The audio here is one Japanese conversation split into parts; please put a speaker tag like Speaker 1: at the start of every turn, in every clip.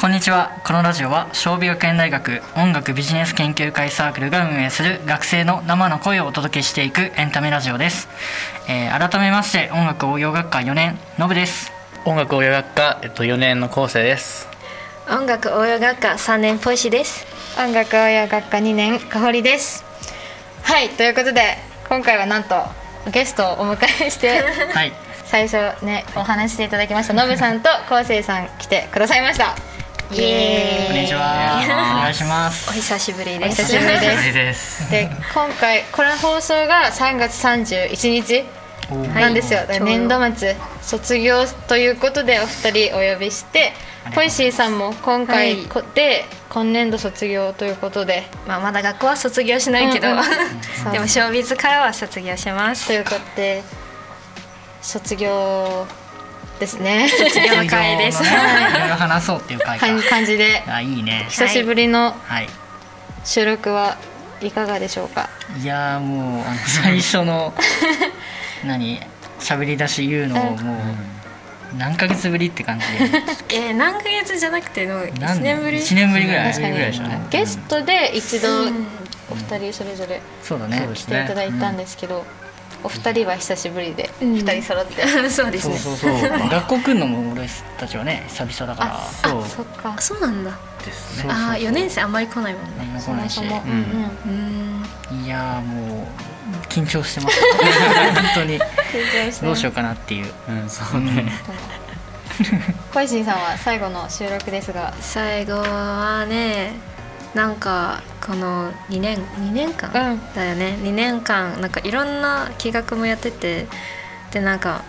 Speaker 1: こんにちはこのラジオは小美学園大学音楽ビジネス研究会サークルが運営する学生の生の声をお届けしていくエンタメラジオです、えー改めまして音楽応用学科4年のぶです
Speaker 2: 音楽応用学科、えっと、4年の構成です
Speaker 3: 音楽応用学科三年ポイシです。
Speaker 4: 音楽応用学科2年かほりですはいということで今回はなんとゲストをお迎えして
Speaker 1: はい
Speaker 4: 最初ねお話ししていただきましたのぶさんとこうせいさん来てくださいました
Speaker 3: イエ
Speaker 1: こんにちはお願いします
Speaker 3: お久しぶり
Speaker 4: お
Speaker 3: です。
Speaker 4: 久しぶりで
Speaker 2: お
Speaker 4: す
Speaker 2: です
Speaker 4: で今回この放送が3月31日なんですよ、
Speaker 3: はい
Speaker 4: 年度末卒業ということでお二人お呼びしてポイシーさんも今回
Speaker 3: はい
Speaker 4: こで今年度卒業ということで
Speaker 3: まあまだ学校は卒業しないけど、
Speaker 4: うんうんう
Speaker 3: でもショービズからは卒業します。
Speaker 4: ということで卒業ですね
Speaker 3: 卒業の会です。
Speaker 1: いろいろ話そうっていう会か
Speaker 4: 感感じで
Speaker 1: あいいね
Speaker 4: 久しぶりの
Speaker 1: はい
Speaker 4: 収録はいかがでしょうか、
Speaker 1: いやーもうあの最初 の何喋り出し言うのをもう何ヶ月ぶりって感じで
Speaker 3: えー、何ヶ月じゃなくての一
Speaker 1: 何
Speaker 3: 年ぶり。
Speaker 1: 一年ぶりぐらい
Speaker 4: 確かに
Speaker 1: ぐらいでしたね
Speaker 4: ゲストで一度
Speaker 3: うん
Speaker 4: お二人それぞれ
Speaker 1: そうだ
Speaker 2: そ
Speaker 1: ね
Speaker 2: うで
Speaker 4: 来
Speaker 2: す
Speaker 4: ていただいたんですけど、お二人は久しぶりで、
Speaker 3: う
Speaker 4: 二
Speaker 3: ん
Speaker 4: 人揃って、
Speaker 3: そうです
Speaker 1: そう
Speaker 3: ね。
Speaker 1: そうそう 学校来るのも俺たちはね久々だから
Speaker 4: あ
Speaker 2: そう
Speaker 4: そっか
Speaker 3: あ、そうなんだ。
Speaker 2: です
Speaker 1: そうそ
Speaker 2: ね
Speaker 1: うそう
Speaker 3: あー、四年生あんまり来ないもんね。
Speaker 1: 何も来
Speaker 4: そ
Speaker 1: な
Speaker 4: も
Speaker 1: いし
Speaker 4: そ
Speaker 2: ん
Speaker 4: も、うんうん
Speaker 3: うーん。
Speaker 1: いやーもう緊張してます本当 に
Speaker 4: 緊張して
Speaker 1: どうしようかなっていう
Speaker 2: うんそうね
Speaker 4: ポイシンさんは最後の収録ですが
Speaker 3: 最後はねなんかこの2年2年
Speaker 4: う
Speaker 3: 間
Speaker 4: ん
Speaker 3: だよね、2年間なんかいろんな企画もやっててでなんか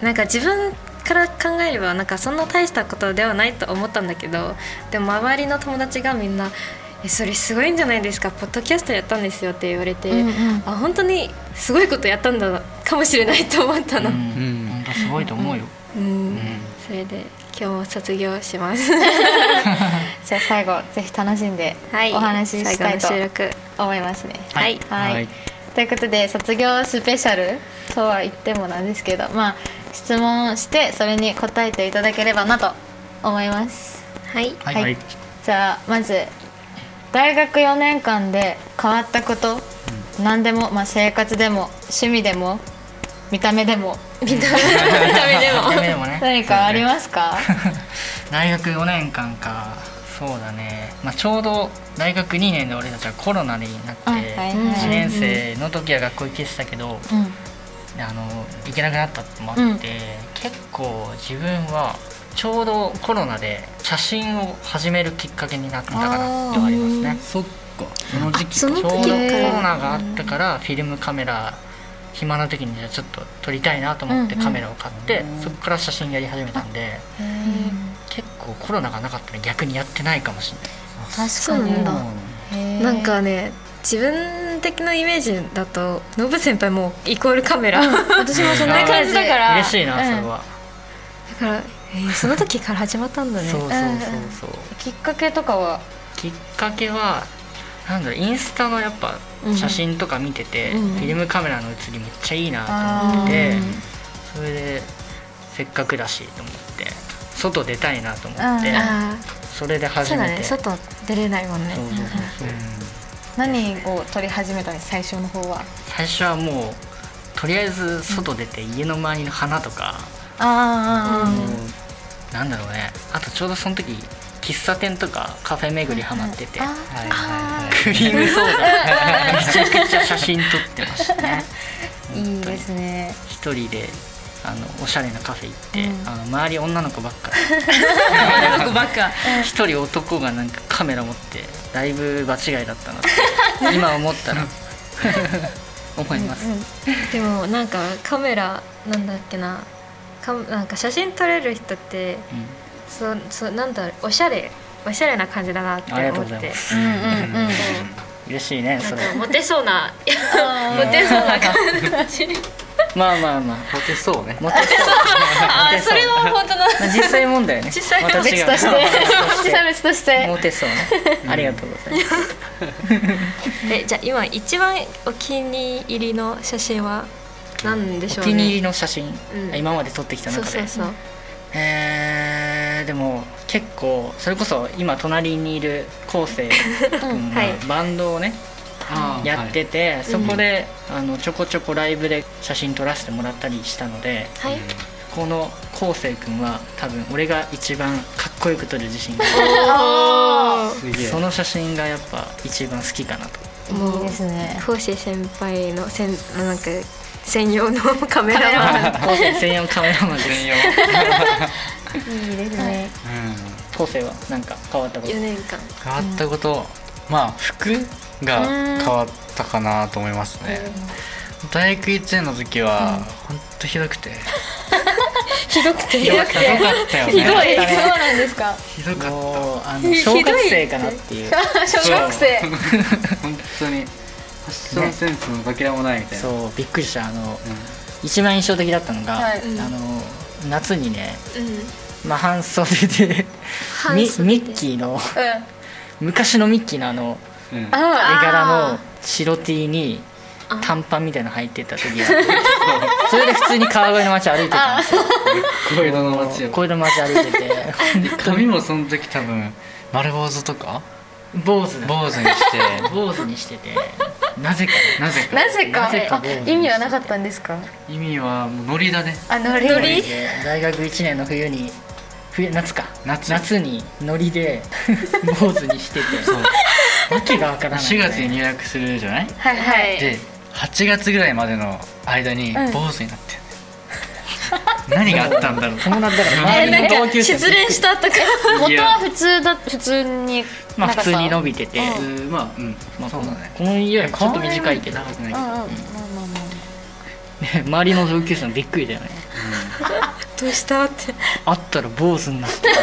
Speaker 3: なんか自分から考えればなんかそんな大したことではないと思ったんだけどでも周りの友達がみんな「えそれすごいんじゃないですかポッドキャストやったんですよ」って言われて、
Speaker 4: うんうん
Speaker 3: あ本当にすごいことやったんだかもしれないと思った
Speaker 1: う
Speaker 3: の。
Speaker 1: ん本当すごいと思うよ
Speaker 3: うんそれで今日も卒業します。
Speaker 4: じゃあ最後ぜひ楽しんで
Speaker 3: はい、
Speaker 4: お話ししたいと
Speaker 3: 最後の収録
Speaker 4: 思いますね。
Speaker 3: はい
Speaker 4: はい
Speaker 2: はい
Speaker 4: ということで卒業スペシャルとは言ってもなんですけど、まあ、質問をしてそれに答えていただければなと思います
Speaker 3: はい
Speaker 1: はい
Speaker 4: はいじゃあまず大学4年間で変わったこと、何でも、まあ、生活でも趣味でも見た目でも
Speaker 3: 見た目でも
Speaker 1: ダメでもね
Speaker 4: 何かありますか、
Speaker 1: 大学4年間かそうだね、まあ、ちょうど大学2年で俺たちはコロナになって
Speaker 4: あはいはい
Speaker 1: 1年生の時は学校行けてたけど
Speaker 4: うん
Speaker 1: あの行けなくなったってのもあって、
Speaker 4: うん
Speaker 1: 結構自分はちょうどコロナで写真を始めるきっかけになったかなってはありますね。
Speaker 2: そっかその時期
Speaker 3: その
Speaker 1: ちょうどコ
Speaker 3: 時から
Speaker 1: ロナがあったからフィルムカメラ暇な時にじゃあちょっと撮りたいなと思って
Speaker 4: うんうん
Speaker 1: カメラを買って、そこから写真やり始めたんで結構コロナがなかったら逆にやってないかもしれない。
Speaker 4: 確
Speaker 3: そうなんだ
Speaker 4: に
Speaker 3: なんかね自分的なイメージだとノブ先輩もうイコールカメラだ
Speaker 4: 私もそ んな
Speaker 1: 感
Speaker 4: 感
Speaker 1: じ
Speaker 4: じだから
Speaker 1: 嬉しいなそれ
Speaker 4: うん
Speaker 1: は、
Speaker 3: から、えーその時から始まったんだね
Speaker 1: そうそうそうそう、
Speaker 4: きっかけとかは
Speaker 1: きっかけはなんだろうインスタのやっぱ写真とか見てて、
Speaker 3: うん
Speaker 1: フィルムカメラの写りめっちゃいいなと思
Speaker 4: あ
Speaker 1: っ
Speaker 4: ー
Speaker 1: て、それでせっかくだしと思って外出たいなと思って、
Speaker 4: うん
Speaker 3: あ
Speaker 1: それで
Speaker 3: あ
Speaker 1: 初
Speaker 3: そうだ
Speaker 1: め
Speaker 3: ね
Speaker 1: て
Speaker 3: 外出れないもんね
Speaker 1: そうそうそうそう
Speaker 4: 何を撮り始めたの最初の方は
Speaker 1: 最初はもうとりあえず外出て家の周りの花とか、
Speaker 4: あ
Speaker 3: うん
Speaker 1: もうなんだろうねあとちょうどその時喫茶店とかカフェ巡りハマってて、
Speaker 4: あ
Speaker 2: はいはい
Speaker 1: クリームソーダめちゃくちゃ写真撮ってましたね
Speaker 4: いいですね
Speaker 1: 一人であのおしゃれなカフェ行って、
Speaker 4: うん
Speaker 1: あの周り女の子ばっか女の子ばっか 一人男がなんかカメラ持ってだいぶ場違いだったなって今思ったら思います、
Speaker 3: でもなんかカメラなんだっけなかなんか写真撮れる人って
Speaker 1: うん
Speaker 3: そうそうなんだろうおしゃれおしゃれな感じだなって
Speaker 1: ありがと
Speaker 3: 思
Speaker 1: うござ
Speaker 3: っ
Speaker 1: いま
Speaker 3: て
Speaker 1: す
Speaker 4: うんうんうん
Speaker 1: 嬉しいね
Speaker 3: な
Speaker 1: そ
Speaker 3: ん
Speaker 1: れ
Speaker 3: かモテそうな
Speaker 4: あ
Speaker 3: モテそうな感じ
Speaker 1: まあまあまあ
Speaker 2: モテそうね
Speaker 1: モテそう
Speaker 3: あ
Speaker 1: モテ
Speaker 3: ーそ
Speaker 1: そう
Speaker 3: れは 本当の
Speaker 1: まあ実際問題ね
Speaker 3: 実際問題
Speaker 1: 私
Speaker 4: 別
Speaker 1: が
Speaker 4: として
Speaker 1: 私
Speaker 4: 別
Speaker 1: とし
Speaker 4: としてて
Speaker 1: モテそうねありがとうございます
Speaker 3: えじゃあ今一番お気に入りの写真は何でしょ
Speaker 1: お
Speaker 3: うね
Speaker 1: 気に入りの写真、
Speaker 3: うん
Speaker 1: 今まで撮ってきた
Speaker 3: そう
Speaker 1: 中で
Speaker 3: そうそう
Speaker 1: ええーでも結構それこそ今隣にいる後 世君が
Speaker 3: はい
Speaker 1: バンドをね、
Speaker 2: あー
Speaker 1: やってて、そこで、あのちょこちょこライブで写真撮らせてもらったりしたので
Speaker 3: はい
Speaker 1: この昴生君は多分俺が一番かっこよく撮る自信がある
Speaker 4: あ
Speaker 2: すげえ
Speaker 1: その写真がやっぱ一番好きかなと
Speaker 4: いいですね
Speaker 3: フォーシー先輩のせんなんか専用のカメラマン
Speaker 1: 昴生専用カメラマンです
Speaker 2: 専用
Speaker 4: いいですね
Speaker 2: うん
Speaker 1: 昴生はなんか変わったこと
Speaker 3: 4年間
Speaker 2: 変わったこと、まあ服が変わったかなと思いますね、大学1年の時は、ほんとひどくて
Speaker 3: ひどくて
Speaker 2: ひどかったよね
Speaker 4: ひどいそうなんですか
Speaker 2: ひどかっ
Speaker 1: もうあの小学生かなっていう
Speaker 4: 小学生
Speaker 2: た本当にファッションセンスのかけらもないみたいな、
Speaker 1: そうびっくりしたあの一番印象的だったのが、
Speaker 4: はい
Speaker 3: うん
Speaker 1: あの夏にね、
Speaker 3: うん
Speaker 1: まあ、半袖で
Speaker 3: 半
Speaker 1: ミ
Speaker 3: 袖
Speaker 1: ミッキーの
Speaker 4: うん
Speaker 1: 昔のミッキーのあの
Speaker 2: うんうん
Speaker 1: 絵
Speaker 4: あ
Speaker 1: 柄の
Speaker 3: あ
Speaker 1: 白 T に
Speaker 3: あ
Speaker 1: 短パンみたいなの履いてた時があって それで普通に川越の街歩いてたんですよ
Speaker 2: 小色の街を
Speaker 1: 小江戸の街歩いてて
Speaker 2: で 髪もその時多分丸坊主とか
Speaker 1: 坊主だ
Speaker 2: 坊主に して
Speaker 1: 坊主にしててなぜか
Speaker 2: なぜか
Speaker 4: なぜか
Speaker 1: なぜか
Speaker 4: あ意味はなかったんですか
Speaker 2: 意味はもうノリだね
Speaker 4: あノリ
Speaker 3: ノリ
Speaker 1: で大学1年の冬に冬夏か
Speaker 2: 夏
Speaker 1: にノリで坊主にしてて
Speaker 2: そう
Speaker 1: わけがわからない、
Speaker 2: 4月に入学するじゃない
Speaker 4: はいはい
Speaker 3: い
Speaker 2: で8月ぐらいまでの間に
Speaker 4: うん
Speaker 2: 坊主になってる、何があったんだろう
Speaker 1: 友達だから
Speaker 3: え
Speaker 1: 周り
Speaker 3: ーな
Speaker 1: の同
Speaker 3: んか
Speaker 1: 級生
Speaker 3: 失
Speaker 1: もびっくり
Speaker 3: 恋したとか
Speaker 4: 元は普通だ普通に
Speaker 1: まあ
Speaker 4: なんか
Speaker 1: 普
Speaker 4: さ
Speaker 1: 通に伸びてて、
Speaker 4: うん
Speaker 2: うんまあうんまあそうだね
Speaker 1: この家よりちょっと短いけど
Speaker 2: 長くない
Speaker 4: う
Speaker 2: けど、
Speaker 4: んうんまあまあまあま
Speaker 1: ね周りの同級生もびっくりだよね
Speaker 3: どうしたって
Speaker 1: 会ったら坊主になってた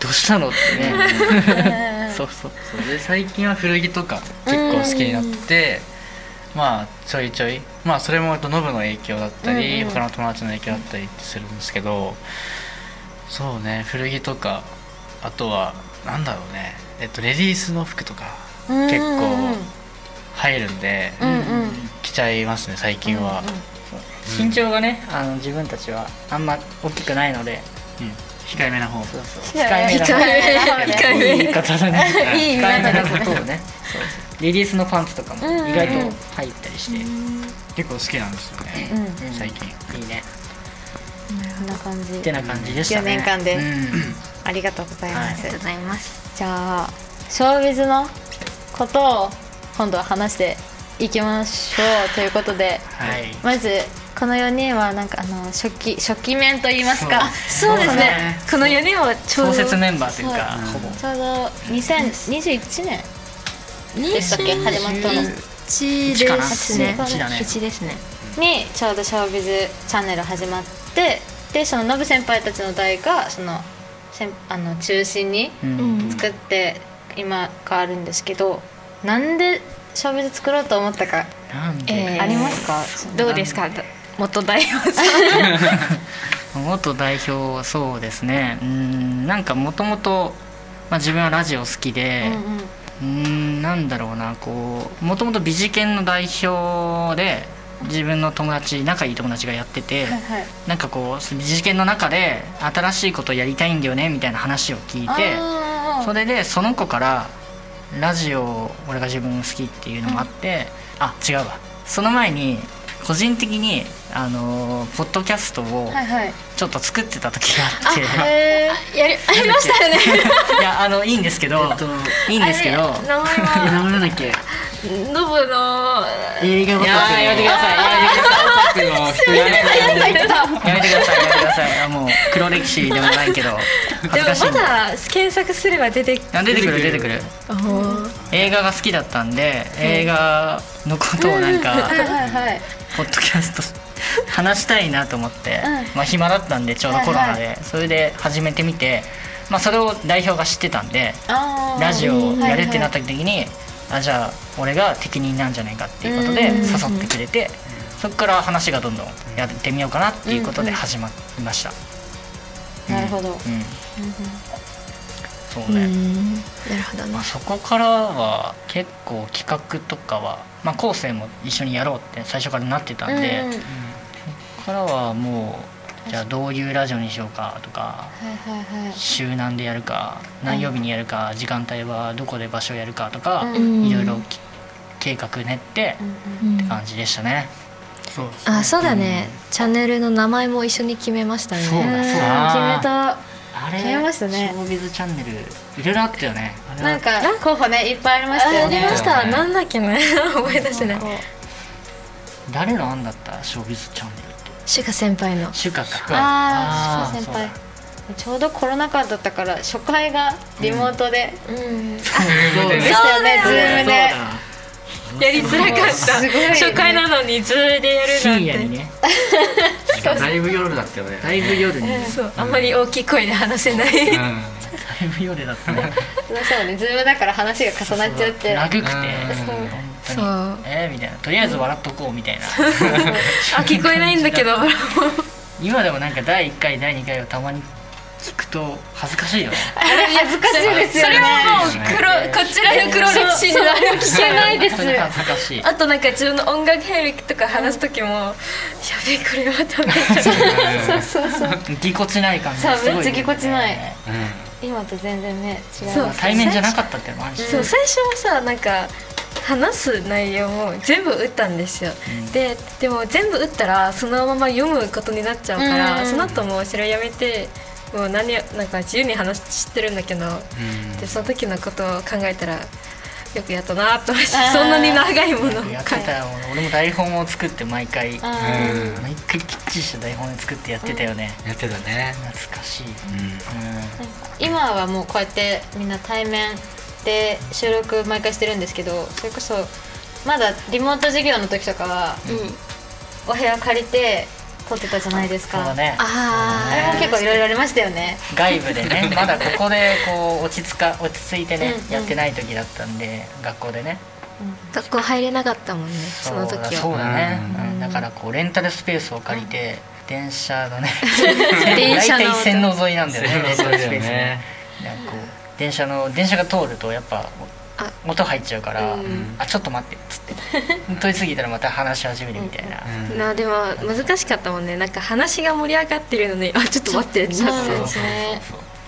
Speaker 1: どうしたのってね
Speaker 4: あ
Speaker 1: そうそう
Speaker 2: そうで最近は古着とか結構好きになってまあちょいちょいまあそれもノブの影響だったり、
Speaker 4: うんうん
Speaker 2: 他の友達の影響だったりってするんですけどそうね古着とかあとはなんだろうねえっとレディースの服とか
Speaker 4: うん
Speaker 2: 結構入るんで、
Speaker 4: うんうん
Speaker 2: 着ちゃいますね最近は、
Speaker 1: 身長がねあの自分たちはあんま大きくないので
Speaker 2: うん控えめな方
Speaker 1: そうそう
Speaker 4: 控えめ
Speaker 1: 控
Speaker 4: な
Speaker 1: えめ
Speaker 3: 一回
Speaker 1: い
Speaker 3: 目
Speaker 1: い 言い方だね
Speaker 4: い
Speaker 1: 控
Speaker 4: い意味
Speaker 1: えめ
Speaker 4: だ
Speaker 1: な
Speaker 4: ね
Speaker 1: ことをねそうレディースのパンツとかも意外と入ったりして、
Speaker 2: 結構好きなんですよね、
Speaker 4: うん
Speaker 2: 最近
Speaker 1: いいね
Speaker 4: こんな感じ
Speaker 1: ってな感じでした
Speaker 4: 4
Speaker 1: ね
Speaker 4: 年間で
Speaker 1: うん
Speaker 4: ありがとうございます、
Speaker 3: ありがとうございます
Speaker 4: じゃあショービズのことを今度は話していきましょうということで
Speaker 1: はい
Speaker 4: まずこの4人はなんかあの初期初期面と言いますか
Speaker 3: そうですねこの4人はちょう
Speaker 1: 創
Speaker 3: ど
Speaker 1: 設メンバーというか
Speaker 2: そう
Speaker 1: ほぼ
Speaker 4: ちょうど2021年でしたっけ始まったの
Speaker 3: 1
Speaker 1: 一か
Speaker 3: で
Speaker 1: な
Speaker 3: すね
Speaker 1: 一だね
Speaker 3: 1ですね
Speaker 4: にちょうど「ショービズチャンネル」始まってでそのノブ先輩たちの代がその先あの中心に
Speaker 1: うん
Speaker 4: 作って今変わるんですけどなんでショービズ作ろうと思ったか
Speaker 1: なんで、
Speaker 3: えー
Speaker 4: ありますか、
Speaker 3: どうですか元代表さん
Speaker 1: 元代表そうですねうんなんかもともと自分はラジオ好きで
Speaker 4: うんうん
Speaker 1: うんなんだろうなこうもともと美事研の代表で自分の友達仲いい友達がやってて、
Speaker 4: はいはい
Speaker 1: なんかこう美事研の中で新しいことをやりたいんだよねみたいな話を聞いて
Speaker 4: あー
Speaker 1: それでその子からラジオ俺が自分好きっていうのもあって、あ違うわその前に個人的にあのーポッドキャストを
Speaker 4: はいはい
Speaker 1: ちょっと作ってた時があって、
Speaker 4: え
Speaker 3: やりありましたよね
Speaker 1: い、やあのいいんですけど、いいんですけど
Speaker 3: あれ名前は
Speaker 2: 名前なんだっけ
Speaker 3: ノブの
Speaker 1: 映画
Speaker 2: いやーやめてくださいやめてください
Speaker 1: やめてくださいやめてくださいあもう黒歴史でもないけど恥
Speaker 3: で
Speaker 1: ず
Speaker 3: も
Speaker 1: かしい
Speaker 3: ま
Speaker 1: んで
Speaker 3: だ検索すれば出てく
Speaker 1: あ出てくる出てくる映画が好きだったんで映画のことをなんか、
Speaker 4: ー、はいはいはい
Speaker 1: ポッドキャスト話したいなと思って、
Speaker 4: う
Speaker 1: まあ暇だったんでちょうどコロナで、
Speaker 4: はい
Speaker 1: それで始めてみて、まあ、それを代表が知ってたんで
Speaker 4: あー
Speaker 1: ラジオをやるってなっ
Speaker 4: は
Speaker 1: た時に、あじゃあ俺が適任なんじゃないかっていうことで
Speaker 4: うん
Speaker 1: 誘ってくれて、そこから話がどんどんやってみようかなっていうことで始まりました、
Speaker 4: いはいなるほど、
Speaker 1: うんそうね、
Speaker 3: んなるほど
Speaker 1: ま
Speaker 3: ね
Speaker 1: あ、そこからは結構企画とかは、まあ、後世も一緒にやろうって最初からなってたんで、
Speaker 4: うんうん
Speaker 1: からはもうじゃあどういうラジオにしようかとか
Speaker 4: はいはいはい
Speaker 1: 週何でやるか何曜日にやるか時間帯はどこで場所やるかとか
Speaker 4: うん
Speaker 1: いろいろき計画練ってって感じでしたね。
Speaker 2: そうです
Speaker 3: あそうだね、チャンネルの名前も一緒に決めました
Speaker 1: そう
Speaker 4: うん
Speaker 1: だ
Speaker 3: ね
Speaker 1: ね
Speaker 4: 決めた
Speaker 1: あれ
Speaker 4: 決めましたね
Speaker 1: ショービズチャンネルいろいろあったよね。あれは
Speaker 4: なんか候補ねいっぱいありました
Speaker 3: あ
Speaker 4: よ
Speaker 3: あり
Speaker 4: ね
Speaker 3: まし
Speaker 1: そうだ
Speaker 3: た
Speaker 1: ね
Speaker 3: なんだっけね思い出せない
Speaker 1: 誰の案だったショービズチャンネルって。
Speaker 3: シュカ先輩の
Speaker 1: シュカか。
Speaker 4: ああ
Speaker 1: ー
Speaker 4: 先
Speaker 1: そうだ
Speaker 4: 輩ちょうどコロナ禍だったから初回がリモートで
Speaker 3: うん
Speaker 2: そう
Speaker 4: で
Speaker 2: で
Speaker 4: し
Speaker 2: す
Speaker 4: たよねズ
Speaker 1: そう
Speaker 4: ームで
Speaker 1: だ
Speaker 3: やりづらかった
Speaker 4: すごいね
Speaker 3: 初回なのにズーでやるなんて
Speaker 1: 深夜にね
Speaker 2: だいぶ夜だったよね
Speaker 1: だいぶ夜に、
Speaker 3: そうあんまり大きい声で話せない
Speaker 2: うん
Speaker 1: だいぶ夜だったね
Speaker 4: そうねズームだから話が重なっちゃって
Speaker 1: ラグくて
Speaker 2: うん
Speaker 1: 本当に
Speaker 3: そう
Speaker 1: えー、みたいなとりあえず笑っとこうみたいな
Speaker 3: あ聞こえないんだけど
Speaker 1: 今でもなんか第1回第2回をたまに聞くと恥ずかしいよね
Speaker 4: あれ恥ずかしいですよ
Speaker 3: それ
Speaker 4: ね
Speaker 3: はもう黒こちらの黒歴史になる
Speaker 4: 聞けないです
Speaker 1: 本当に恥ずかしい
Speaker 3: あとなんか自分の音楽兵歴とか話す時も、やべえこれはダメだ
Speaker 4: そうそうそう
Speaker 1: ぎこちない感じ
Speaker 4: そう
Speaker 1: すごい、
Speaker 4: めっちゃぎこちない
Speaker 2: うん
Speaker 4: 今と全然ね違い
Speaker 3: そ
Speaker 1: ま
Speaker 4: ま
Speaker 1: あ
Speaker 4: す
Speaker 1: 対面じゃなかったっていうのもあるし、
Speaker 3: そう最初はさなんか話す内容も全部打ったんですよ、ででも全部打ったらそのまま読むことになっちゃうから、
Speaker 4: うん
Speaker 3: その後もうそれをやめてもう何やなんか自由に話してるんだけど、でその時のことを考えたらよくやったなと思って
Speaker 4: あー
Speaker 3: そんなに長いものを書い
Speaker 1: やってたよ俺も台本を作って毎回
Speaker 4: あ
Speaker 1: 毎
Speaker 4: ー
Speaker 2: うん
Speaker 1: 回きっちりした台本を作ってやってたよね、
Speaker 2: やってたね
Speaker 1: 懐かしい、
Speaker 2: うん
Speaker 1: う
Speaker 4: 今はもうこうやってみんな対面で収録毎回してるんですけどそれこそまだリモート授業の時とかはお部屋借りて撮ってたじゃないです
Speaker 1: ん、そうだ
Speaker 4: か、
Speaker 1: ね
Speaker 3: あ
Speaker 4: あれも結構いろいろありましたよね
Speaker 1: 外部で ねまだここでこう落ち着か落ち着いてね、
Speaker 4: うんうん
Speaker 1: やってない時だったんで学校でね
Speaker 3: 学校入れなかったもんねその時
Speaker 1: だ
Speaker 3: は
Speaker 1: そうだね、
Speaker 4: うん
Speaker 1: うんだからこうレンタルスペースを借りて、電車のね
Speaker 3: 電車の
Speaker 1: 大体線路沿いなんだよねレンタ
Speaker 2: そう
Speaker 1: ル
Speaker 2: だ
Speaker 1: ス
Speaker 2: よ
Speaker 1: ペースね
Speaker 2: ね
Speaker 1: なんかこう電車の電車が通るとやっぱ
Speaker 3: あ
Speaker 1: 音入っちゃうから「
Speaker 3: うん
Speaker 1: あちょっと待って」っつって通り過ぎたらまた話し始めるみたいな、
Speaker 2: うん
Speaker 3: なでも難しかったもんねなんか話が盛り上がってるのにあちょっと待って
Speaker 4: そう
Speaker 3: なって
Speaker 4: ですね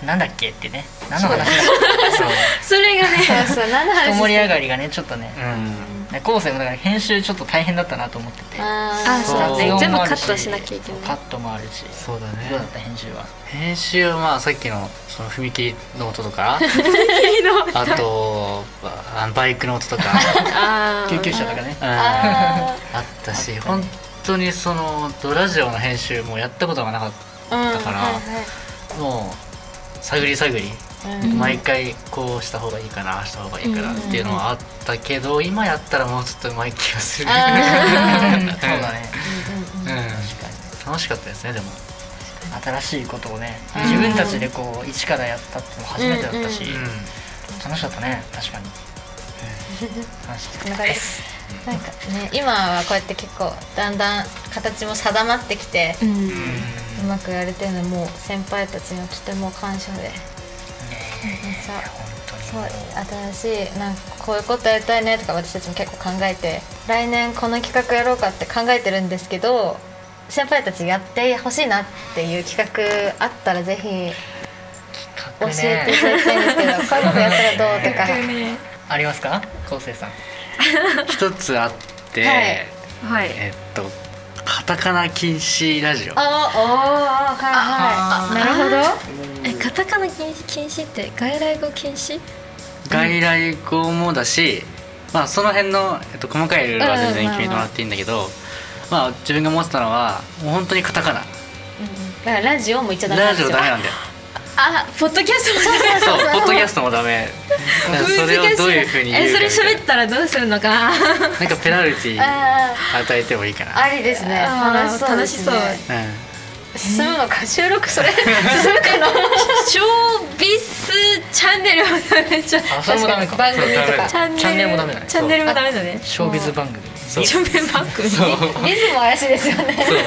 Speaker 1: なんだっけってね何の話だっ
Speaker 3: そ れがね
Speaker 4: そうそう何の
Speaker 1: け
Speaker 4: 話
Speaker 1: 人盛り上が
Speaker 4: り
Speaker 1: りがねちょっとね
Speaker 2: うん
Speaker 1: で後世もだから編集ちょっと大変だったなと思ってて
Speaker 3: あ
Speaker 4: あ
Speaker 3: そうだね
Speaker 1: 雑
Speaker 3: 全
Speaker 1: 音
Speaker 3: 部
Speaker 1: もあ
Speaker 3: カ
Speaker 1: る
Speaker 3: ットしなきゃいけない
Speaker 1: カットもあるし
Speaker 2: そうだ
Speaker 1: どうだっ
Speaker 2: ね
Speaker 1: た編集は
Speaker 2: 編集はまあさっきのその踏切の音とかあとあのバイクの音とか
Speaker 3: あー
Speaker 1: 救急車とかね
Speaker 2: うん
Speaker 4: あ
Speaker 2: あったし本当にそのドラジオの編集もやったことがなかっ
Speaker 4: ーうん
Speaker 2: だからたもう探り探り
Speaker 4: はいはいうん
Speaker 2: 毎回こうした方がいいかなああした方がいいかなっていうのはあったけど今やったらもうちょっとうまい気がする
Speaker 4: あ
Speaker 1: そうだね
Speaker 2: うん楽しかったですねでも
Speaker 1: 新しいことをね自分たちでこう一からやったってのも初めてだったし楽しかったね確かにうん楽しかっ
Speaker 4: お腹ですなんかね今はこうやって結構だんだん形も定まってきて
Speaker 3: うん
Speaker 4: うまくやれてるのもう先輩たちにはとても感謝
Speaker 1: た
Speaker 4: で
Speaker 1: ね
Speaker 4: めっちゃ
Speaker 1: え本当に
Speaker 4: そ
Speaker 1: も
Speaker 4: う
Speaker 1: う
Speaker 4: 新しいなんかこういうことやりたいねとか私たちも結構考えて来年この企画やろうかって考えてるんですけど先輩たちやってほしいなっていう企画あったらぜひ教
Speaker 1: 企
Speaker 4: え
Speaker 1: 画
Speaker 4: てい
Speaker 1: ね
Speaker 4: ただきたいんですけど、こういうことやったらどうとか
Speaker 1: ありますか昴生さん
Speaker 2: 一つあって、
Speaker 4: はい
Speaker 3: はい
Speaker 2: えっとカタカナ禁止ラジオ
Speaker 4: あおーあーはいはいなるほ
Speaker 3: えカタカナ禁止禁止って外来語禁止
Speaker 2: 外来語もだし、まあその辺の、えっと、細かいルールは全
Speaker 4: うん
Speaker 2: 然決めてもらっていいんだけど、まあ自分が思ってたのはもう本当にカタカナ
Speaker 4: どだからラジオも言っちゃダメな
Speaker 2: ラ
Speaker 4: んで
Speaker 2: ジオ
Speaker 4: すよ
Speaker 2: ダメなんだよ
Speaker 3: あポッドキャストも
Speaker 2: そうポッドキャストもダメだから それをどういうふうに言う
Speaker 3: え
Speaker 2: か
Speaker 3: そ
Speaker 2: みたい
Speaker 3: れ喋
Speaker 2: な
Speaker 3: ったらどうするのかな
Speaker 2: なんかペナルティー
Speaker 4: あ
Speaker 2: 与えてもいいか
Speaker 4: ーあ
Speaker 2: な
Speaker 4: りですね
Speaker 3: あー
Speaker 4: 楽しそうですね
Speaker 3: 楽し
Speaker 2: うん
Speaker 4: 進 むのか収録それ進むかな
Speaker 3: ショービスチャンネルもダメじゃん
Speaker 1: あそれもダメか
Speaker 4: 番組とか
Speaker 2: そうダメ
Speaker 3: チャン
Speaker 1: チャンネ
Speaker 3: ネ
Speaker 1: ル
Speaker 3: ル
Speaker 1: もダメだね
Speaker 3: チャンネルもダメだね
Speaker 1: ショービズ番組
Speaker 2: そう
Speaker 3: 一応メンバー組
Speaker 2: そう
Speaker 4: リズムも怪しいですよね
Speaker 2: そう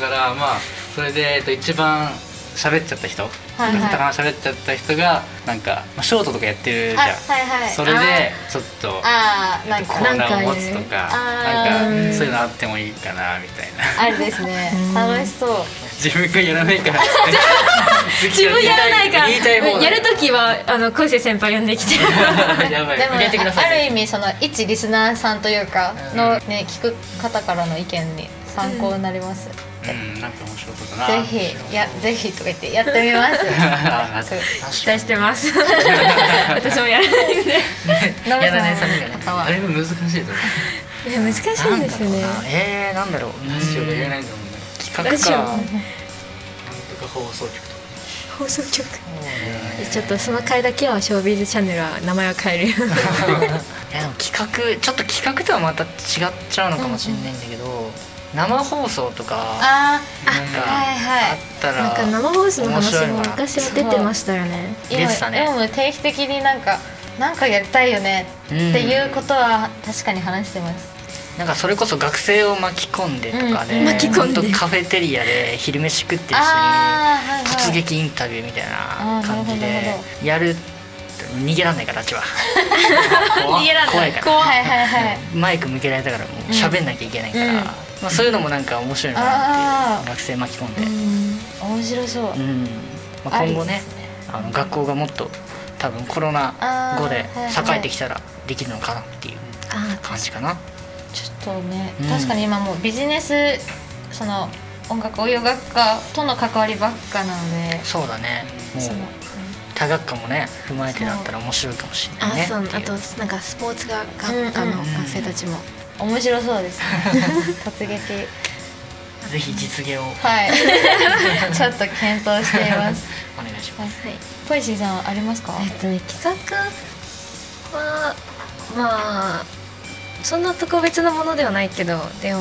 Speaker 2: だからまあそれで、えっと、一番喋っちゃった人カ
Speaker 4: はい
Speaker 2: タカナ喋っちゃった人がなんか、まあ、ショートとかやってるじゃん、
Speaker 4: あはいはい
Speaker 2: それでちょっと
Speaker 4: ああなん
Speaker 2: コ
Speaker 4: か
Speaker 2: ーナーを持つとか
Speaker 4: なんか
Speaker 2: なん
Speaker 4: あー
Speaker 2: かそういうのあってもいいかなみたいな
Speaker 4: あれですね楽しそう
Speaker 2: 自分がやらない からですね
Speaker 3: 自分やらないから
Speaker 2: 言いたい言いたい方
Speaker 3: やるときはあの小石先輩呼んできて
Speaker 2: やばい
Speaker 4: でも
Speaker 2: 入れてください
Speaker 4: ある意味その一リスナーさんというか
Speaker 2: うん
Speaker 4: のね聞く方からの意見に参考になります、
Speaker 2: うんなんか面白そうだ
Speaker 4: ぜ
Speaker 2: な
Speaker 4: ひいやぜひとか言ってやってみます
Speaker 2: あ
Speaker 3: 期待してます私もやらないんで
Speaker 4: 野
Speaker 1: やらないさ
Speaker 4: 村さ
Speaker 1: ん
Speaker 4: ん
Speaker 1: みたいな
Speaker 4: 方は
Speaker 2: あれも難しいと思う
Speaker 3: いや難しいです
Speaker 1: なんだろう
Speaker 3: ね
Speaker 1: なえー、なんだろうう
Speaker 2: ラジオが言え
Speaker 1: ん
Speaker 2: ないんだもんね
Speaker 1: 企画か
Speaker 2: なんとか放送局とか
Speaker 3: 放送局ちょっとその回だけはショービズチャンネルは名前を変える
Speaker 1: いやでも企画ちょっと企画とはまた違っちゃうのかもしれないんだけど、生放送とか
Speaker 4: あ
Speaker 1: な
Speaker 4: ー
Speaker 1: んか
Speaker 4: はいはい
Speaker 1: あったら
Speaker 3: なんか生放送の話も
Speaker 1: 面白いな
Speaker 3: 昔は出てましたよね
Speaker 4: 今
Speaker 1: ですかね
Speaker 4: 今も定期的になんかなんかやりたいよねっていうことは確かに話してます、
Speaker 1: なんかそれこそ学生を巻き込んでとかで、
Speaker 4: うん巻き
Speaker 3: 込んで
Speaker 1: ほとカフェテリアで昼飯食って一緒に
Speaker 4: ああはい
Speaker 1: 突
Speaker 4: はい
Speaker 1: 撃インタビューみたいな感じ
Speaker 4: あーなるほどな
Speaker 1: で
Speaker 4: るほ
Speaker 1: やる逃げらんないからあっち は
Speaker 3: 逃げらんない
Speaker 1: 怖いから
Speaker 4: 怖いはいはい
Speaker 1: マイク向けられたからもう喋んなきゃいけないから、
Speaker 4: うん
Speaker 1: まあ、そういうのもなんか面白いなってい
Speaker 4: あ
Speaker 1: う学生巻き込んで、
Speaker 4: 面白そう、
Speaker 1: うんまあ、今後ね
Speaker 4: ありです
Speaker 1: あの学校がもっと多分コロナ後で
Speaker 4: あーはいはい
Speaker 1: 栄えてきたらできるのかなっていう
Speaker 3: あ
Speaker 1: 感じかな、
Speaker 4: ちょっとね、
Speaker 1: うん
Speaker 4: 確かに今もうビジネスその音楽応用学科との関わりばっかなので、
Speaker 1: そうだねもう
Speaker 4: その
Speaker 1: 多学科もね踏まえてだったら面白いかもしれ
Speaker 3: あ
Speaker 1: ないね
Speaker 3: そう
Speaker 1: ってい
Speaker 3: あとなんかスポーツが
Speaker 4: うん
Speaker 3: 学科の
Speaker 4: うん
Speaker 3: 学生たちも
Speaker 4: 面白そうですね 突撃
Speaker 1: ぜひ実現を
Speaker 4: はい ちょっと検討しています
Speaker 1: お願いします
Speaker 4: はいポイシーさんはありますか
Speaker 3: えっとね企画はまあそんな特別なものではないけどでも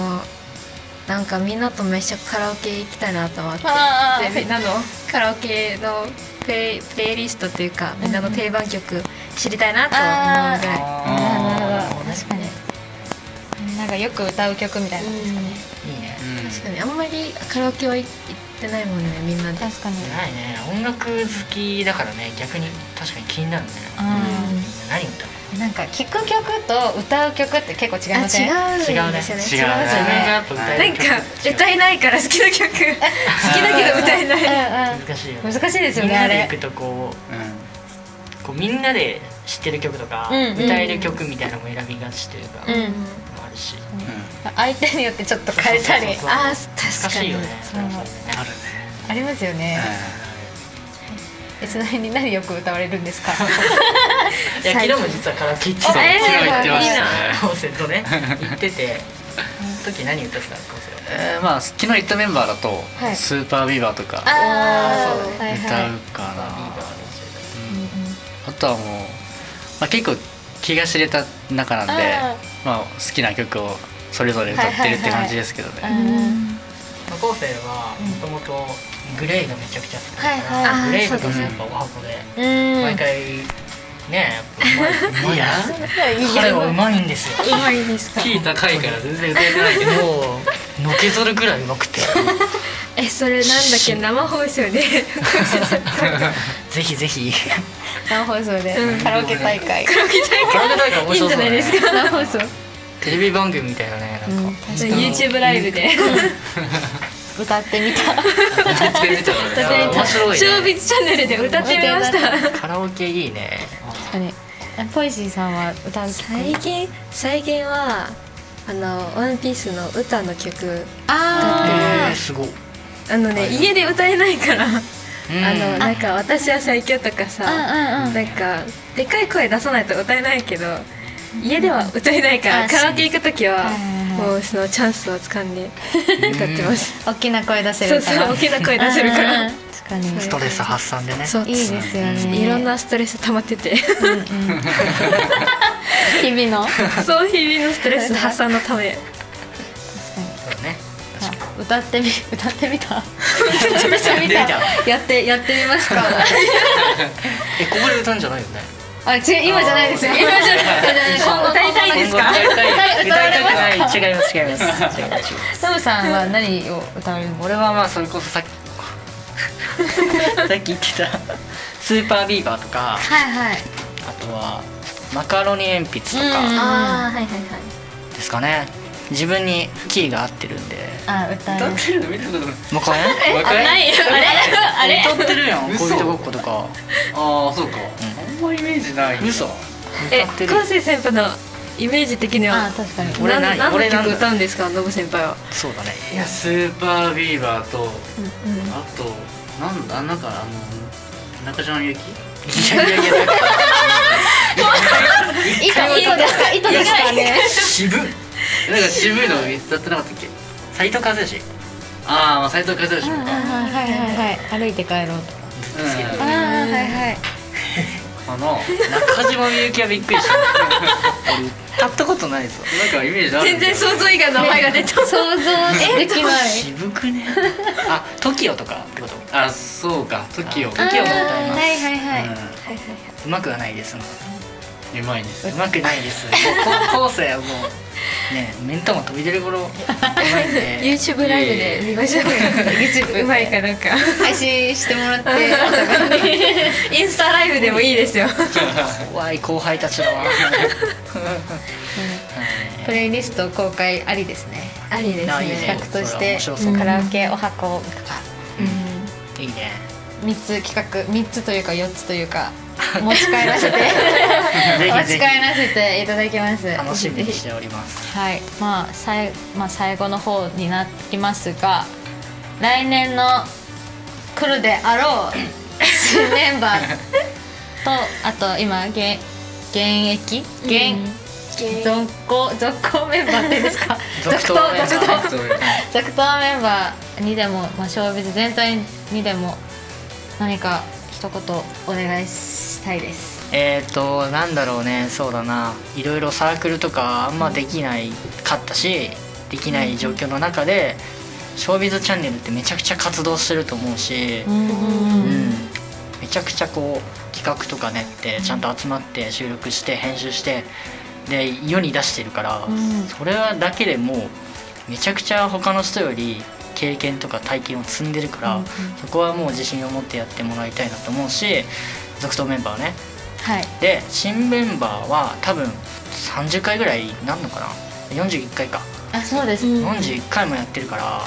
Speaker 3: なんかみんなとめっちゃカラオケ行きたいなと思って
Speaker 4: あー
Speaker 3: でみんなのカラオケのプレイプレイリストっていうかみんなの定番曲知りたいなとは思うぐらい。
Speaker 4: なる
Speaker 1: あ
Speaker 4: ほど確かになんかよく歌う曲みたいなのですかね、
Speaker 1: ーいいね
Speaker 2: うん
Speaker 3: 確かにあんまりカラオケは行ってないもんねみんなで。
Speaker 4: 確かに
Speaker 1: ないね音楽好きだからね逆に確かに気になるね
Speaker 4: うん
Speaker 1: みんな何歌う
Speaker 4: なんか聴く曲と歌う曲って結構違い
Speaker 3: あ
Speaker 4: ません
Speaker 3: 違うんです
Speaker 1: 違
Speaker 3: よ
Speaker 1: うね
Speaker 3: ね。
Speaker 2: 違う
Speaker 1: 自分
Speaker 4: 違うね
Speaker 1: がやっぱ歌
Speaker 3: な
Speaker 1: え
Speaker 3: ん
Speaker 1: る
Speaker 3: か
Speaker 1: 曲
Speaker 3: 歌えないから好きな曲好きだけど歌えない。
Speaker 4: うんうん
Speaker 1: 難しいよね
Speaker 4: 難しいですよ
Speaker 1: みん
Speaker 4: ね
Speaker 1: な
Speaker 4: あ
Speaker 1: で
Speaker 4: れ
Speaker 1: 行くとこ
Speaker 2: う
Speaker 1: うこうみんなで知ってる曲とか、
Speaker 4: うんうん
Speaker 1: 歌える曲みたいなのも選びがちというか、
Speaker 4: うん
Speaker 1: もあるし
Speaker 2: んうん
Speaker 4: 相手によってちょっと変えた
Speaker 1: そう
Speaker 4: り
Speaker 1: そうそうそう
Speaker 3: あ
Speaker 1: 難
Speaker 3: 確か
Speaker 1: しい
Speaker 3: に
Speaker 1: よね
Speaker 4: そう
Speaker 2: ある
Speaker 4: ありますよね、えちなみに何よく歌われるんですか
Speaker 1: いや昨日も実はカラオケ行ってた
Speaker 4: あえー
Speaker 2: 昨日行ってましたね
Speaker 1: 高専とね行っててその時何歌ってたの高専は
Speaker 2: えーまあ昨日行ったメンバーだと、
Speaker 4: はい
Speaker 2: スーパービーバーとか
Speaker 4: あ
Speaker 1: そう
Speaker 4: ーはい
Speaker 2: 歌
Speaker 4: はいう
Speaker 2: かな、
Speaker 1: ビーバー
Speaker 4: うんうん
Speaker 2: あとはもう、まあ、結構気が知れた中なんで
Speaker 4: あ
Speaker 2: まあ、好きな曲をそれぞれ歌ってるって感じですけどね、
Speaker 4: はいはいはいうん
Speaker 1: の高専はもともとグレイがめちゃくちゃ好きだか
Speaker 4: はい
Speaker 1: ら
Speaker 3: はい
Speaker 1: グレイとか
Speaker 2: あー
Speaker 1: も
Speaker 2: そ
Speaker 1: や
Speaker 2: うだ
Speaker 1: っ
Speaker 2: ね
Speaker 1: ぱお箱で
Speaker 4: うん
Speaker 1: 毎回ねやっぱうまいいや彼はうまいんですよ
Speaker 3: うまいですか。
Speaker 2: キー高いから全然歌えてないけど
Speaker 1: のけぞるぐらいうまく て
Speaker 3: えそれなんだっけ生放送で
Speaker 1: ぜひぜひ
Speaker 4: 生放送で、
Speaker 3: うん
Speaker 4: カラオケ大会
Speaker 1: カラオケ大会面
Speaker 3: いい
Speaker 1: 白
Speaker 3: ん
Speaker 1: そう
Speaker 3: じゃな
Speaker 1: だ
Speaker 3: いです
Speaker 1: ね
Speaker 3: か生放送。
Speaker 1: テレビ番組みたいなねなんか
Speaker 4: かに
Speaker 3: YouTube ライブで。
Speaker 4: 歌ってみた
Speaker 2: 歌ってみたらね
Speaker 1: 歌ってみた面白いね
Speaker 3: ショービズチャンネルで歌ってみまし
Speaker 4: 歌
Speaker 3: た。
Speaker 1: カラオケいいね
Speaker 4: 確かにえポイシーさんは歌う
Speaker 3: 最近最近はあのワンピースの歌の曲
Speaker 1: え
Speaker 4: あ
Speaker 1: ーすごい
Speaker 3: あのね家で歌えないからあ
Speaker 1: うん
Speaker 3: のなんか私は最強とか
Speaker 4: あ
Speaker 3: さ
Speaker 4: うんうんうん
Speaker 3: なんかでかい声出さないと歌えないけど家では歌えないから
Speaker 4: あ
Speaker 3: カラオケ行く時は
Speaker 4: うん
Speaker 3: もうそのチャンスをつかんで歌ってます
Speaker 4: 大きな声出せ
Speaker 3: そう
Speaker 4: るか
Speaker 3: そう
Speaker 4: ら
Speaker 3: 大きな声出せるか
Speaker 4: うんう
Speaker 3: ら
Speaker 4: んうん確かに
Speaker 1: ストレス発散でね
Speaker 3: そう
Speaker 4: いいですよね
Speaker 3: いろんなストレス溜まっ てて
Speaker 4: 日々の
Speaker 3: そう日々のストレス発散のため
Speaker 1: そうね
Speaker 4: 歌ってみ歌ってみた
Speaker 1: めちゃ見た
Speaker 4: やって やってみますか
Speaker 1: えここで歌うんじゃないよね
Speaker 4: あ違う今じゃないですよ今じゃない今後
Speaker 3: 歌いたいですか
Speaker 1: 歌いたい
Speaker 4: 歌われます
Speaker 1: 歌いたくない違います違い ます違います
Speaker 4: サムさんは何を歌われるの
Speaker 1: 俺はまあそれこそさっき さっき言ってたスーパービーバーとか
Speaker 4: はいはい
Speaker 1: あとはマカロニ鉛筆と
Speaker 4: うん
Speaker 1: か
Speaker 3: ああはいはいはい
Speaker 1: ですかね、自分にキーが合ってるんで
Speaker 4: あ歌
Speaker 2: 歌
Speaker 4: え
Speaker 2: っ
Speaker 4: る
Speaker 2: てるの見たことない
Speaker 1: もうこれ
Speaker 2: え
Speaker 4: あないよあれあれ
Speaker 1: 歌ってるやん
Speaker 2: 嘘
Speaker 1: 恋人ごっことか
Speaker 2: ああそうか、あんまイメージない
Speaker 1: 嘘
Speaker 3: え
Speaker 1: 歌ってる
Speaker 3: 昴生先輩のイメージ的に
Speaker 4: あ
Speaker 3: は
Speaker 4: 確かに
Speaker 1: 俺
Speaker 3: 何
Speaker 1: ない
Speaker 3: 何の
Speaker 1: 俺なん
Speaker 3: 曲
Speaker 1: だ
Speaker 3: 歌うんですかノブ先輩は
Speaker 1: そうだね
Speaker 2: いやスーパービーバーと
Speaker 3: うんうん
Speaker 2: あとなんだなんかあの中島みゆき
Speaker 1: いやいやいや
Speaker 4: 糸糸ですか糸ですかね
Speaker 2: 渋なんか渋いの歌ってなかったっけ
Speaker 1: 斎藤和義
Speaker 2: ああまあ斎藤和義もか、うん
Speaker 4: はいはいはいはい歩いて帰ろうとああ
Speaker 2: か
Speaker 4: はいはい
Speaker 2: の
Speaker 1: 中島みゆきはびっくりした 俺歌ったことないぞ
Speaker 2: なんかイメージある
Speaker 3: 全然想像以外の名前が出て
Speaker 4: 想像できない
Speaker 1: 渋くね あ TOKIO とかってこと
Speaker 2: あそうか TOKIO
Speaker 1: あ時を歌います
Speaker 4: はいはいはい、
Speaker 1: うまくはないですもん
Speaker 2: うんうまいです
Speaker 1: うまくないですもうこ後世はもうね面とも飛び出る頃うまいん で
Speaker 3: YouTube ライブで見ましょうよ
Speaker 4: YouTube
Speaker 3: うまいかなんか
Speaker 4: 配信してもらって
Speaker 3: インスタライブでもいいですよ
Speaker 1: 怖い後輩た ちだわ
Speaker 4: プレイリスト公開ありですね
Speaker 3: ありです
Speaker 1: あいい
Speaker 4: 企
Speaker 1: ね
Speaker 4: 画とし
Speaker 1: それは
Speaker 4: て
Speaker 1: 面白そう
Speaker 4: カラオケお箱を
Speaker 1: いいね
Speaker 4: 3つ企画3つというか4つというか持ち帰ら せて
Speaker 1: ぜ
Speaker 4: 持
Speaker 1: ひ
Speaker 4: ち
Speaker 1: ぜ
Speaker 4: 帰らせていただきます
Speaker 1: ひ楽しみにしております
Speaker 4: はい、まあ、さい、まあ、最後の方になりますが。来年の。来るであろう。新メンバ ー。と、あと、今、げ、現役。現。続行、続行メンバーっていうんですか。
Speaker 1: 続投メンバー
Speaker 4: 続投
Speaker 2: そういう
Speaker 4: 続投メンバーにでも、まあ、勝負全体にでも。何か、一言、お願いしたいです。
Speaker 1: えっ、ー、となんだろうねそうだないろいろサークルとかあんまできないかったしできない状況の中で「ショービズチャンネル」ってめちゃくちゃ活動してると思うし、
Speaker 4: うん
Speaker 1: うん
Speaker 4: うんうん。
Speaker 1: めちゃくちゃこう企画とかねってちゃんと集まって収録して編集してで世に出してるから、
Speaker 4: ん
Speaker 1: それはだけでもうめちゃくちゃ他の人より経験とか体験を積んでるから、
Speaker 4: うんうん
Speaker 1: そこはもう自信を持ってやってもらいたいなと思うし続投メンバーね
Speaker 4: はい。
Speaker 1: で新メンバーは多分30回ぐらいなんのかな41回か、
Speaker 4: あ、そうです。
Speaker 1: 41回もやってるからも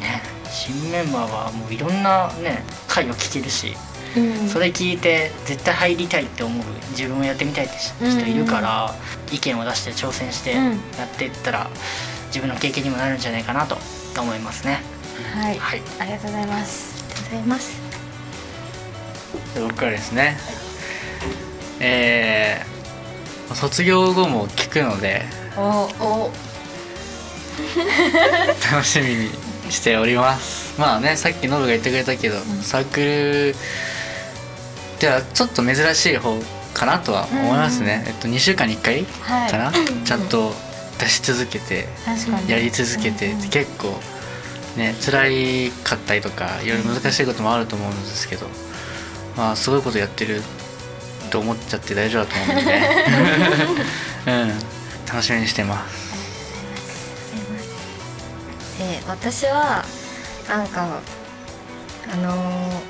Speaker 1: うね新メンバーはもういろんなね回を聞けるし、それ聞いて絶対入りたいって思う自分もやってみたいって人いるから、意見を出して挑戦して
Speaker 4: うん
Speaker 1: やっていったら、自分の経験にもなるんじゃないかなと思いますね。
Speaker 4: はい。
Speaker 1: はい
Speaker 4: ありがとうございます。
Speaker 3: ございます
Speaker 2: 僕からですねえー、卒業後も聞くので
Speaker 4: おお
Speaker 2: 楽しみにしておりますまあねさっきノブが言ってくれたけど、サークルではちょっと珍しい方かなとは思いますね、えっと2週間に1回
Speaker 4: はい
Speaker 2: かな、ちゃんと出し続けて
Speaker 4: 確かに
Speaker 2: やり続けて、結構ね辛いかったりとかいろいろ難しいこともあると思うんですけどまあすごいことやってると思っちゃって大丈夫だと思うんで、 うん、楽しみにしてます
Speaker 3: えー私はなんかあのー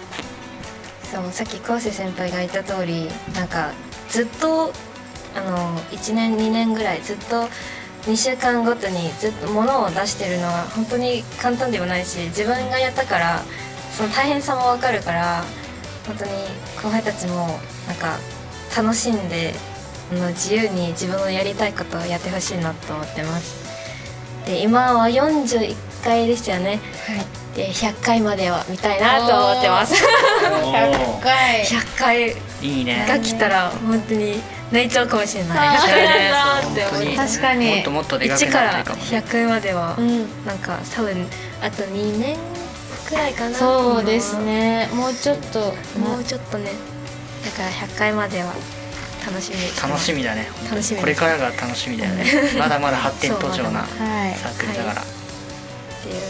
Speaker 3: そうさっき昴生先輩が言った通りなんかずっとあのー1年2年ぐらいずっと2週間ごとにずっと物を出してるのは本当に簡単ではないし自分がやったからその大変さもわかるから本当に後輩たちもなんか楽しんであの自由に自分のやりたいことをやってほしいなと思ってます。で今は41回でしたよね、で100回までは見たいなと思ってます
Speaker 4: 100回
Speaker 3: 100回
Speaker 1: いいね
Speaker 3: が来たら本当に泣いちゃうかもしれない
Speaker 1: 行きたいね
Speaker 3: あー
Speaker 1: 本当に
Speaker 4: 確かに
Speaker 1: もっともっとでかく
Speaker 3: 1か
Speaker 1: なって
Speaker 3: ら
Speaker 1: るかもね
Speaker 3: 100までは
Speaker 4: うん
Speaker 3: なんか多分あと2年くらいかな
Speaker 4: そうですねもうちょっと
Speaker 3: もうちょっとねだから100回までは楽しみです
Speaker 1: 楽しみだね
Speaker 3: 楽しみです
Speaker 1: これからが楽しみだ よねまだまだ発展途上な
Speaker 3: そう
Speaker 4: はい
Speaker 1: サークルだから、
Speaker 3: っていう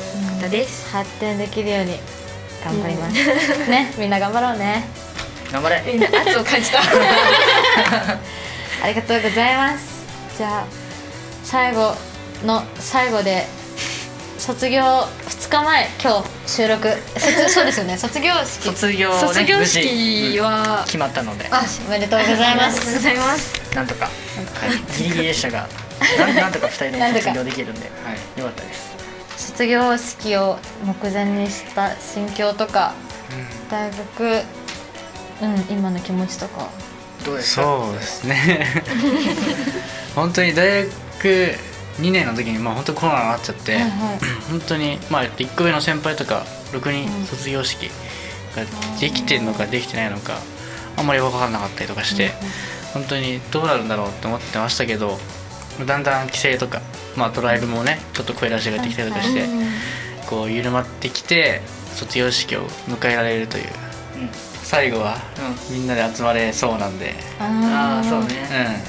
Speaker 3: ことです、
Speaker 4: 発展できるように頑張ります、ねみんな頑張ろうね
Speaker 1: 頑張れ
Speaker 3: みんな圧を 感じた
Speaker 4: ありがとうございますじゃあ最後の最後で卒業2日前今日収録卒そうですよね卒業式
Speaker 1: 卒業をね
Speaker 3: 卒業
Speaker 1: 無事
Speaker 3: 式は
Speaker 1: 決まったので
Speaker 4: あおめでとうございます
Speaker 3: ありがとうございます
Speaker 1: なんとか、はいギリギリでしたがなんなんとか2人で
Speaker 4: なんとか
Speaker 1: 卒業できるんで
Speaker 2: はい
Speaker 1: よかったです
Speaker 4: 卒業式を目前にした心境とか大学うん今の気持ちとか
Speaker 1: どうですか
Speaker 2: そうです ね本当に大学2年の時にまあ本当コロナになっちゃって、
Speaker 4: はいはい
Speaker 2: 本当にまあ1個上の先輩とか6
Speaker 4: うん
Speaker 2: 人卒業式ができてるのかできてないのかあんまり分からなかったりとかして本当にどうなるんだろうって思ってましたけどだんだん規制とかまあトライブもねちょっと声出しができたりとかしてこう緩まってきて卒業式を迎えられるという
Speaker 1: うんうん
Speaker 2: 最後はみんなで集まれそうなんで
Speaker 1: あ
Speaker 4: あ
Speaker 1: あ
Speaker 4: ー
Speaker 1: そう
Speaker 2: う
Speaker 1: ね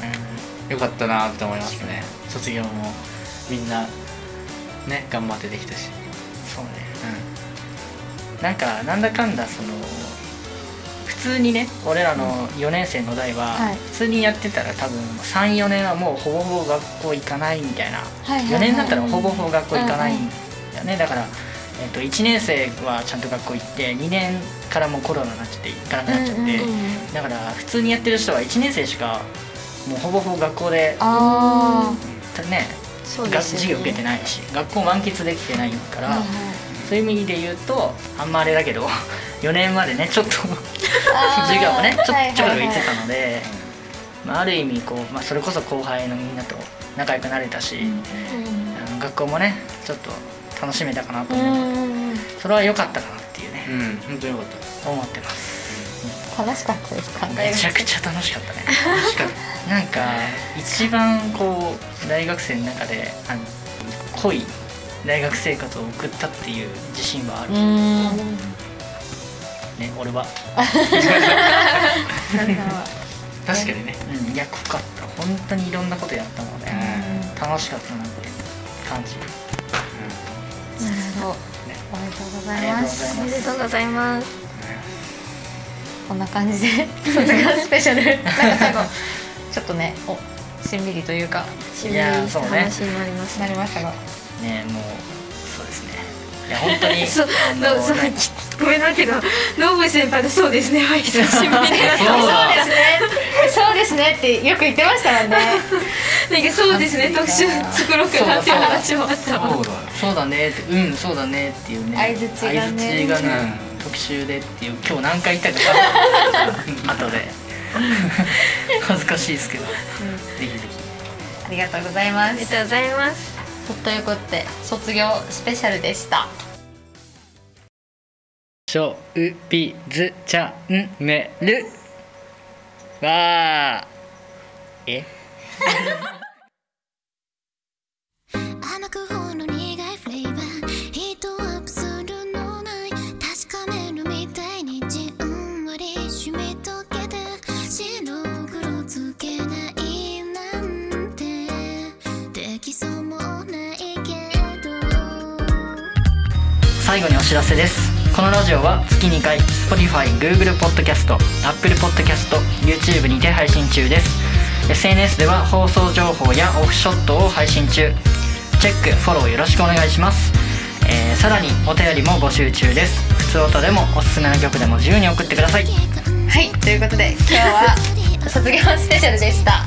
Speaker 2: んよかったなって思いますね卒業もみんなね頑張ってできたし、
Speaker 1: そうね
Speaker 2: う
Speaker 1: なんかなんだかんだその普通にね俺らの4年生の代は
Speaker 4: はい
Speaker 1: 普通にやってたら多分34年はもうほぼほぼ学校行かないみたいな
Speaker 4: はいはいはい
Speaker 1: 4年だったらほぼほぼ学校行かないんだよねだから、えっと1年生はちゃんと学校行って2年からもうコロナになっちゃって行かなくなっちゃって、
Speaker 4: うんうんうん
Speaker 1: だから普通にやってる人は1年生しかもうほぼほぼ学校で
Speaker 4: あー
Speaker 1: ね
Speaker 4: そう
Speaker 1: が
Speaker 4: ですよね
Speaker 1: 授業受けてないし学校満喫できてないから、
Speaker 4: はいはい
Speaker 1: そういう意味で言うとあんまあれだけど4 年までねちょっと
Speaker 4: あー
Speaker 1: 授業もねちょ,、
Speaker 4: はいはいはい
Speaker 1: ちょこちょこ行ってたので、まあ、ある意味こう、まあ、それこそ後輩のみんなと仲良くなれたし、
Speaker 4: うん
Speaker 1: あの学校もねちょっと楽しめたかなと思うので、
Speaker 4: うん
Speaker 1: それは良かったかなっていうね、
Speaker 2: んうん、本当よかった
Speaker 1: 思ってます
Speaker 4: 楽しかったです考え
Speaker 1: め
Speaker 4: が
Speaker 1: ちゃくちゃ楽しかったね楽しかっ たなんか一番こう大学生の中であの濃い大学生活を送ったっていう自信はある、
Speaker 4: う
Speaker 1: ね
Speaker 4: ん
Speaker 1: 俺は
Speaker 4: なんだろう
Speaker 2: 確かにね
Speaker 1: うんいや濃かった本当にいろんなことやったので、楽しかったなって感じ
Speaker 4: なるほど
Speaker 1: ね
Speaker 4: おめでとうご
Speaker 1: あ
Speaker 4: ざ
Speaker 1: り
Speaker 4: い
Speaker 1: がとう
Speaker 4: ま
Speaker 1: ござい
Speaker 4: す
Speaker 1: ます
Speaker 3: りがとうございます
Speaker 4: こんな感じで卒業スペシャル なんか最後ちょっとねおしんみりというか
Speaker 1: いやーそうね
Speaker 3: 話になります
Speaker 4: なりましたが
Speaker 1: ねもうそうですねいや本当に
Speaker 3: そう
Speaker 1: あの
Speaker 3: そう
Speaker 1: なん
Speaker 3: ごめんだけどノブ先輩でそうですねはい久しぶりで
Speaker 2: そうだ
Speaker 4: そうですねそうですねってよく言ってましたもんね
Speaker 3: なんかそうですね特集作ろうかなっていう話もあったわ
Speaker 2: そうだ
Speaker 1: そうだねってうんそうだねって いうね
Speaker 4: 相槌がね
Speaker 1: 相槌がね
Speaker 2: う
Speaker 1: 特集でっていう今日何回言ったか分か んない後で恥ずかしいですけど、ぜひぜ
Speaker 4: ありがとうございま
Speaker 3: あり
Speaker 4: す
Speaker 3: がとうございます
Speaker 4: ということで卒業スペシャルでした
Speaker 1: ひしょうびずちゃんめるわーえ
Speaker 5: 甘くほの苦いフレーバーヒートアップするのない確かめるみたいにじんわり染み溶けて白黒つけないなんてできそうもないけど
Speaker 1: 最後にお知らせですこのラジオは月2回 Spotify、Google Podcast、Apple Podcast、YouTube にて配信中です SNS では放送情報やオフショットを配信中チェック、フォローよろしくお願いします、えーさらにお便りも募集中です普通音でもおすすめの曲でも自由に送ってください
Speaker 4: はいということで今日は 卒業スペシャルでした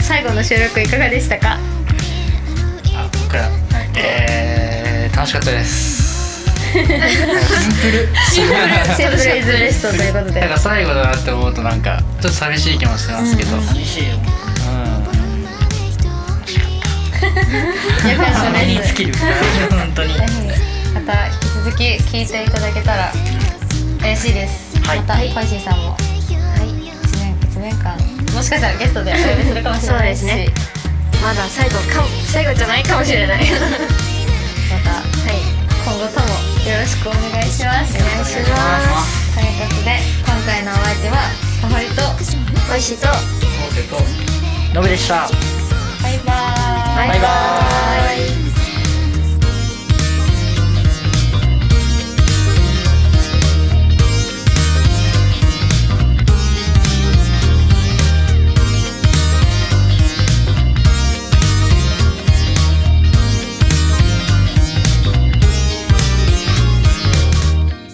Speaker 4: 最後の収録いかがでした
Speaker 2: あ
Speaker 4: か
Speaker 2: ここからえー、楽しかったですシンプル
Speaker 4: シンプルイズベストということ
Speaker 2: なん
Speaker 4: で
Speaker 2: か最後だなって思うとなんかちょっと寂しい気もしますけど、うん
Speaker 1: 寂しいよ
Speaker 4: よかった
Speaker 1: 目に
Speaker 4: で
Speaker 1: 尽
Speaker 4: す
Speaker 1: きる本当に
Speaker 4: ぜひまた引き続き聞いていただけたら嬉しいです、
Speaker 1: はい
Speaker 4: またポイシーさんも1年1年間もしかしたらゲストでお呼びするかもしれないし
Speaker 3: そうですねまだ最後かも最後じゃないかもしれないお願い
Speaker 4: また、はい、今後ともよろしくお願いします
Speaker 3: します
Speaker 4: ということで今回のお相手はかほりと
Speaker 3: おいしそう
Speaker 1: ノブでした
Speaker 4: バイバーイ
Speaker 1: バイバーイ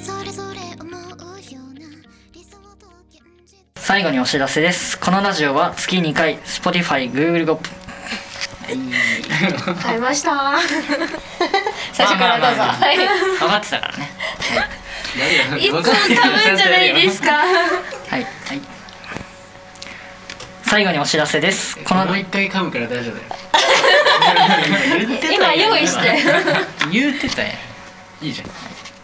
Speaker 5: それぞれ思うような理想と現実
Speaker 1: 最後にお知らせですこのラジオは月2回 Spotify、Google ご
Speaker 3: 買いました最初からどうぞ、
Speaker 1: まあまあまあ
Speaker 3: はい
Speaker 1: 分かってたからね
Speaker 2: 誰
Speaker 3: 一本食べるんじゃないですか
Speaker 1: はい、はい、最後にお知らせですこの
Speaker 2: もう一回噛むから大丈夫だよ
Speaker 3: 今用意して
Speaker 2: 言ってたやんいいじゃん